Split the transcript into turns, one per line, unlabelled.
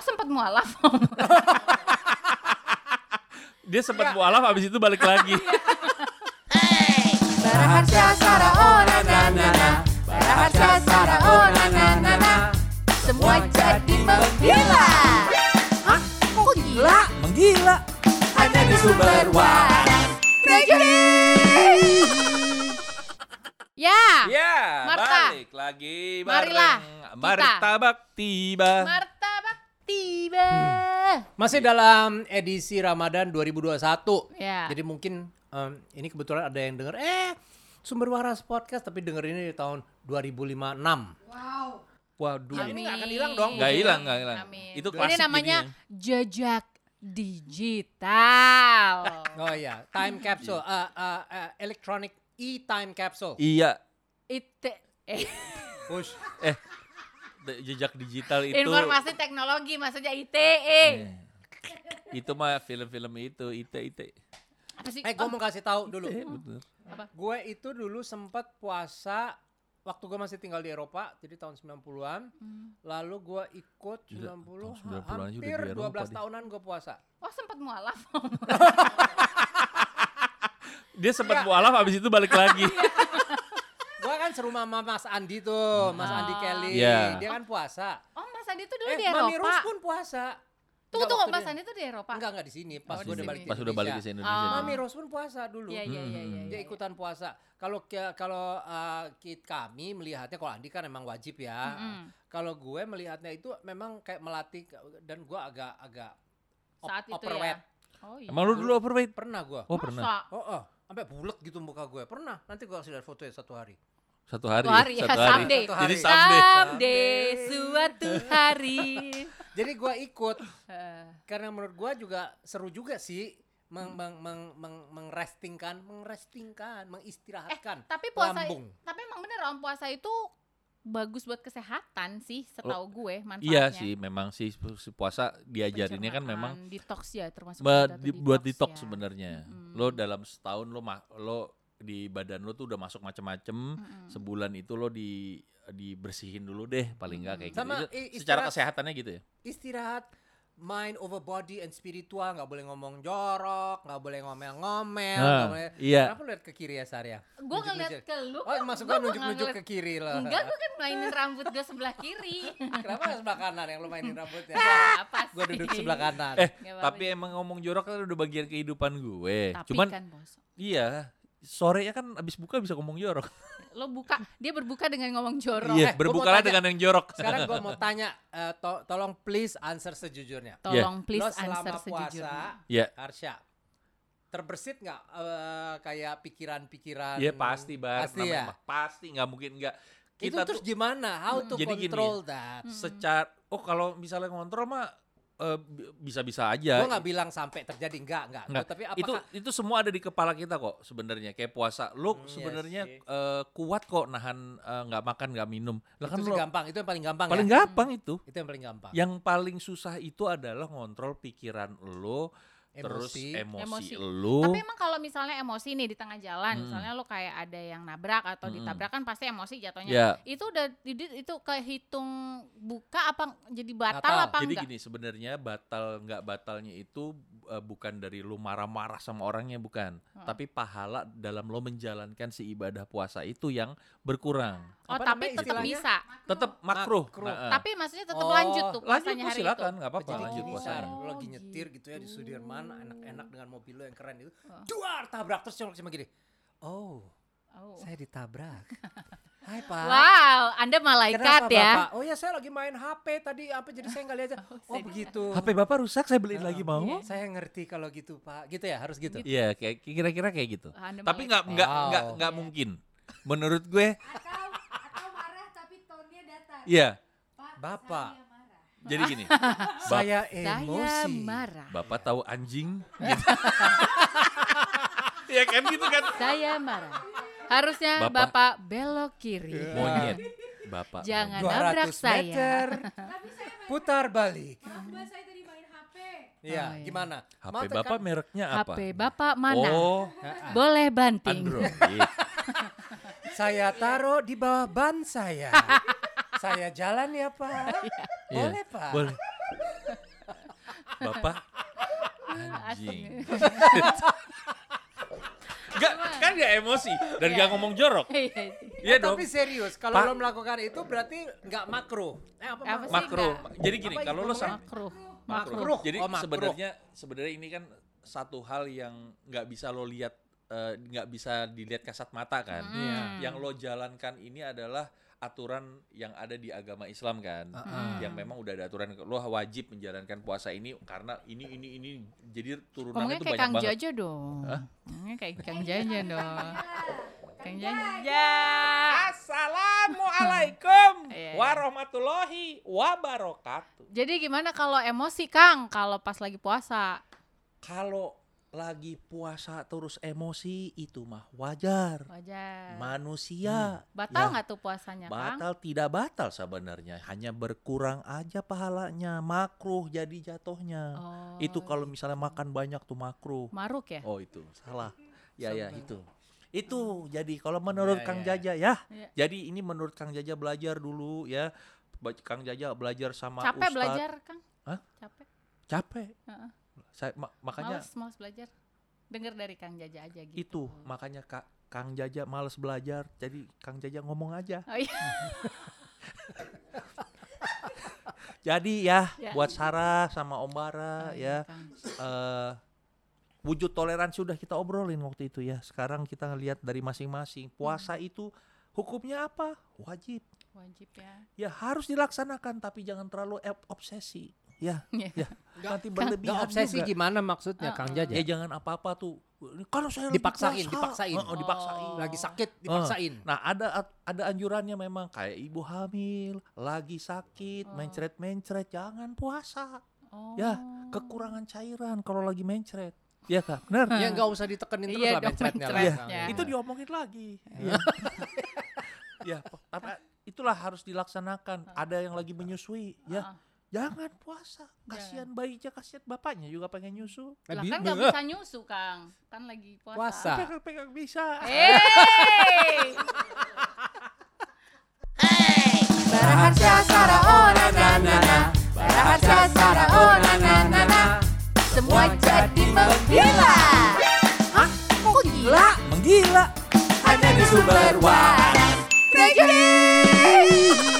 sempat Oh, mualaf Om.
Dia sempat mualaf abis itu balik lagi.
Baraharsa sara oh na na na na Baraharsa sara oh na na na na Semua jadi menggila Hah? Kok gila?
Menggila.
Hanya di sumber waras Ya,
Ya,
Marta.
balik lagi.
Marilah,
bareng Marta Baktiba.
Marta tiba
Masih dalam edisi Ramadan 2021.
Ya.
Jadi mungkin em, ini kebetulan ada yang denger eh sumber waras podcast tapi dengerinnya di tahun 2056.
Waduh.
Amin.
nggak akan hilang dong.
Nggak hilang, nggak hilang.
Amin.
Itu
Ini
klasik
namanya
jadinya.
jejak digital.
Oh iya, time capsule, eh, eh, eh, electronic e-time capsule.
Iya,
Itu eh,
Push.
de- jejak digital itu. Iya.
informasi teknologi maksudnya E. ITE.
Itu mah film-film itu, ite ite.
Apa sih?
Eh, gue mau kasih tahu dulu.
Eh,
Hmm.
betul.
Gue itu dulu sempat puasa waktu gue masih tinggal di Eropa, jadi tahun 90-an. Lalu gue ikut
Hmm. Gila,
90,
tahun 90-an aja udah
hampir
di Eropa
12
dia.
tahunan gue puasa.
Oh sempat mualaf. Oh,
Dia
Ya.
sempat mualaf abis itu balik lagi.
Gue kan serumah sama Mas Andi tuh, Mas Andi Kelly.
Iya.
Dia kan puasa.
Oh Mas Andi tuh dulu
eh,
di
Mami Rus
Eropa.
pun puasa.
Tunggu
Enggak,
tunggu
waktu
Mas
dia-
Andi tuh di Eropa.
Enggak, enggak di sini. Pas
Oh, di
gue udah
sini.
balik
Pas udah balik ke
Indonesia.
Indonesia.
Oh.
Mami Rus pun puasa dulu.
Iya iya iya iya.
Hmm, Dia
iya.
ikutan puasa. Kalau ke- kalau uh, ki- kami melihatnya kalau Andi kan emang wajib ya.
Mm-mm.
Kalau gue melihatnya itu memang kayak melatih ke- dan gue agak agak op-
Saat itu ya.
overweight.
Oh iya.
Emang lu dulu overweight?
Pernah gue.
Oh, pernah.
Masa?
Oh, oh, sampai bulat gitu muka gue. Pernah. Nanti gue kasih lihat fotonya satu hari.
Satu hari.
Satu hari ya,
Satu hari.
someday.
Satu hari.
Jadi someday.
Someday suatu hari.
Jadi gue ikut
Eh,
karena menurut gue juga seru juga sih meng meng meng meng mengrestingkan, mengrestingkan, mengistirahatkan.
tapi Eh, puasa
Lambung.
tapi emang bener om puasa itu bagus buat kesehatan sih setahu gue
Kan
manfaatnya.
Iya sih, memang sih pu- si puasa diajarinnya kan memang
Pencernaan, detox ya termasuk
ba-
kita tuh
di- buat detox
ya.
sebenarnya.
Mm.
Lo dalam setahun lo ma- lo di badan lo tuh udah masuk macem-macem.
Mm-mm.
Sebulan itu lo di dibersihin dulu deh paling nggak kayak
Sama
gitu. Itu
i-
secara
istirahat-
kesehatannya gitu ya.
istirahat mind over body and spiritual nggak boleh ngomong jorok nggak boleh ngomel-ngomel
Nah,
Ya, nggak boleh
iya.
kenapa lu lihat ke kiri ya Sarya
Gue ngeliat
Nunjuk-nunjuk.
ke lu.
oh maksud gua nunjuk-nunjuk ke kiri loh
Enggak, gue kan mainin rambut gue sebelah kiri.
kenapa sebelah kanan yang lu mainin rambutnya
Apa sih?
gua duduk sebelah kanan
Eh,
Nggak apa-apa.
tapi emang ngomong jorok kan udah bagian kehidupan gue.
Tapi
Cuman
kan bos,
iya, sorenya kan abis buka bisa ngomong jorok.
lo buka, dia berbuka dengan ngomong jorok.
Iya,
Eh, gua mau
berbukalah
tanya.
dengan yang jorok.
sekarang gua mau tanya eh, to- tolong please answer sejujurnya
Tolong please
lo
answer
selama
sejujurnya.
puasa
Iya.
Arsya terbersit nggak eh, kayak pikiran-pikiran
Iya pasti bar,
pasti
namanya
ya
mah pasti nggak mungkin nggak.
itu
Kita tuh
terus gimana how to
Jadi gini,
control that
secara, oh kalau misalnya kontrol mah eh, bi- bisa-bisa aja.
Gue nggak bilang sampai terjadi enggak enggak.
Ya. Nggak,
Tapi apakah
itu itu semua ada di kepala kita kok sebenarnya kayak puasa lu
Hmm, iya
sebenarnya
sih.
eh, kuat kok nahan eh, nggak makan nggak minum lah kan
itu sih
lo
gampang, itu yang paling gampang
paling Ya,
ya.
gampang itu
Itu yang paling gampang.
yang paling susah itu adalah ngontrol pikiran lo terus
Emosi.
emosi, lo
Tapi emang kalau misalnya emosi nih di tengah jalan,
Mm-mm.
misalnya lo kayak ada yang nabrak atau
Mm-mm.
ditabrak kan pasti emosi jatuhnya.
ya
Itu udah jadi- itu kehitung buka apa jadi batal,
Batal.
apa
jadi
enggak?
gini sebenarnya batal nggak batalnya itu eh, bukan dari lu marah-marah sama orangnya bukan
Hmm.
tapi pahala dalam lo menjalankan si ibadah puasa itu yang berkurang
Oh,
Apa
tapi
namanya
tetap
istilahnya?
bisa.
tetap makruh
Makruh.
Nah, eh.
Hmm. Tapi maksudnya tetap
Oh,
lanjut tuh
lanjut
puasanya
lu
hari
silakan
itu.
nggak apa-apa
Jadi
Oh,
lanjut
gini, Sar,
puasanya
Oh,
lu lagi nyetir gitu ya di
gitu.
Sudirman, enak-enak dengan mobil lo yang keren itu.
Oh.
Duar tabrak terus cuma cuma gini. Oh,
Oh.
saya ditabrak. Hai, Pak.
Wow, Anda malaikat
Kenapa,
ya.
Bapak? Oh ya saya lagi main HP tadi apa jadi saya nggak lihat. Oh,
saya-
begitu.
HP bapak rusak saya beliin lagi mau
Iya.
Saya ngerti kalau gitu, Pak. Gitu ya, harus gitu.
iya kayak kira-kira kayak gitu
Anda
tapi
malaikat.
nggak nggak
Wow.
nggak nggak
Iya.
mungkin menurut gue
atau atau marah tapi tonnya datar.
iya
Pak,
Bapak.
saya marah.
jadi gini Bap-
Saya
saya
emosi.
marah.
bapak tahu anjing gitu. ya kan gitu kan
Saya marah. Harusnya
Bapak- Iya.
Bapak, belok kiri.
monyet bapak
Jangan
monyet.
nabrak
200
saya.
meter,
Tapi saya marah.
putar balik.
Maaf Mbak, saya tadi main HP.
Iya,
iya.
gimana?
HP
Mata
bapak
kan-
mereknya apa
HP Bapak mana?
oh
Boleh banting.
Android
Saya taruh di bawah ban saya. saya jalan ya, Pak.
Iya,
Boleh, Pak.
boleh Bapak
Asik.
anjing. Enggak, kan nggak emosi dan nggak
Iya.
ngomong jorok.
Iya sih.
Iya dong.
Eh, Tapi serius, kalau
Pak.
lo melakukan itu berarti nggak makro. Eh, apa,
Apa
makro?
sih?
Makro. Jadi gini,
Apa
kalau lo
ngomongnya?
sama
Makruh.
Makruh.
Makruh.
Jadi
Oh, makruh.
sebenarnya sebenarnya ini kan satu hal yang nggak bisa lo lihat eh, nggak bisa dilihat kasat mata kan.
Iya.
Hmm.
Yang lo jalankan ini adalah aturan yang ada di agama Islam kan.
Ah,
Heeh.
Yang memang udah ada aturan lo wajib menjalankan puasa ini karena ini ini ini jadi turunannya
Ngomongnya
itu
kayak
banyak
Kang
banget.
Jojo dong.
Hah?
Ngomongnya kayak Kang Jaja dong. Kang Jaja.
Jaja.
Assalamualaikum
Iya, iya.
warahmatullahi wabarakatuh.
Jadi gimana kalau emosi Kang kalau pas lagi puasa?
Kalau lagi puasa terus emosi itu mah wajar.
Wajar.
Manusia
Batal
Ya.
nggak tuh puasanya Kang?
Batal tidak batal sebenarnya, hanya berkurang aja pahalanya, makruh jadi jatuhnya.
Oh,
itu kalau misalnya makan banyak tuh makruh.
maruk ya?
Oh itu salah. Ya ya
Sabar.
itu. Itu jadi kalau menurut
Ya,
Kang
ya,
Jaja ya.
Iya.
Jadi ini menurut Kang Jaja belajar dulu ya. Ba- Kang Jaja belajar sama
Capek
Ustadz.
belajar Kang?
Hah?
Capek.
Capek.
Heeh.
Saya ma- makanya
Males, males belajar. Dengar dari Kang Jaja aja gitu.
itu makanya Kak Kang Jaja males belajar. Jadi Kang Jaja ngomong aja.
Oh iya.
Jadi ya,
Ya.
buat Sarah sama Om Bara
Oh iya,
ya.
Kang.
eh wujud toleransi sudah kita obrolin waktu itu ya. Sekarang kita ngelihat dari masing-masing puasa itu hukumnya apa? Wajib.
Wajib ya.
Ya harus dilaksanakan tapi jangan terlalu ep- obsesi. Ya,
Iya.
ya. Nanti
Nggak
berlebihan
obsesi gitu
juga.
gimana
Heeh.
maksudnya Kang Jaja?
Ya jangan apa-apa tuh. Kalau saya lagi
Dipaksain,
puasa.
dipaksain.
Heeh, dipaksain.
Oh.
Lagi sakit dipaksain.
Nah, ada ada anjurannya memang kayak ibu hamil, lagi sakit,
Oh.
mencret-mencret jangan puasa.
Oh.
Ya, kekurangan cairan kalau lagi mencret. Iya kak, benar.
Ya nggak usah ditekenin terus
Iya
lah
dong,
mencretnya. lah,
mencretnya.
Kang.
Iya.
itu diomongin lagi. Iya. ya, pe- tapi itulah harus dilaksanakan.
Ah.
Ada yang lagi menyusui, ya.
Heeh.
Jangan puasa.
Iya.
Kasihan bayinya, kasihan bapaknya juga pengen nyusu.
Lah
Lebih-
kan nggak bisa nyusu Kang. Kan lagi puasa.
Puasa.
Pegang-pegang bisa.
Hey.
Bara harsha sara oh na na na na. Bara harsha sara oh na na na na.
Semua jadi menggila.
Hah? Kok gila?
Menggila.
Hanya di sumber waras. Reggae.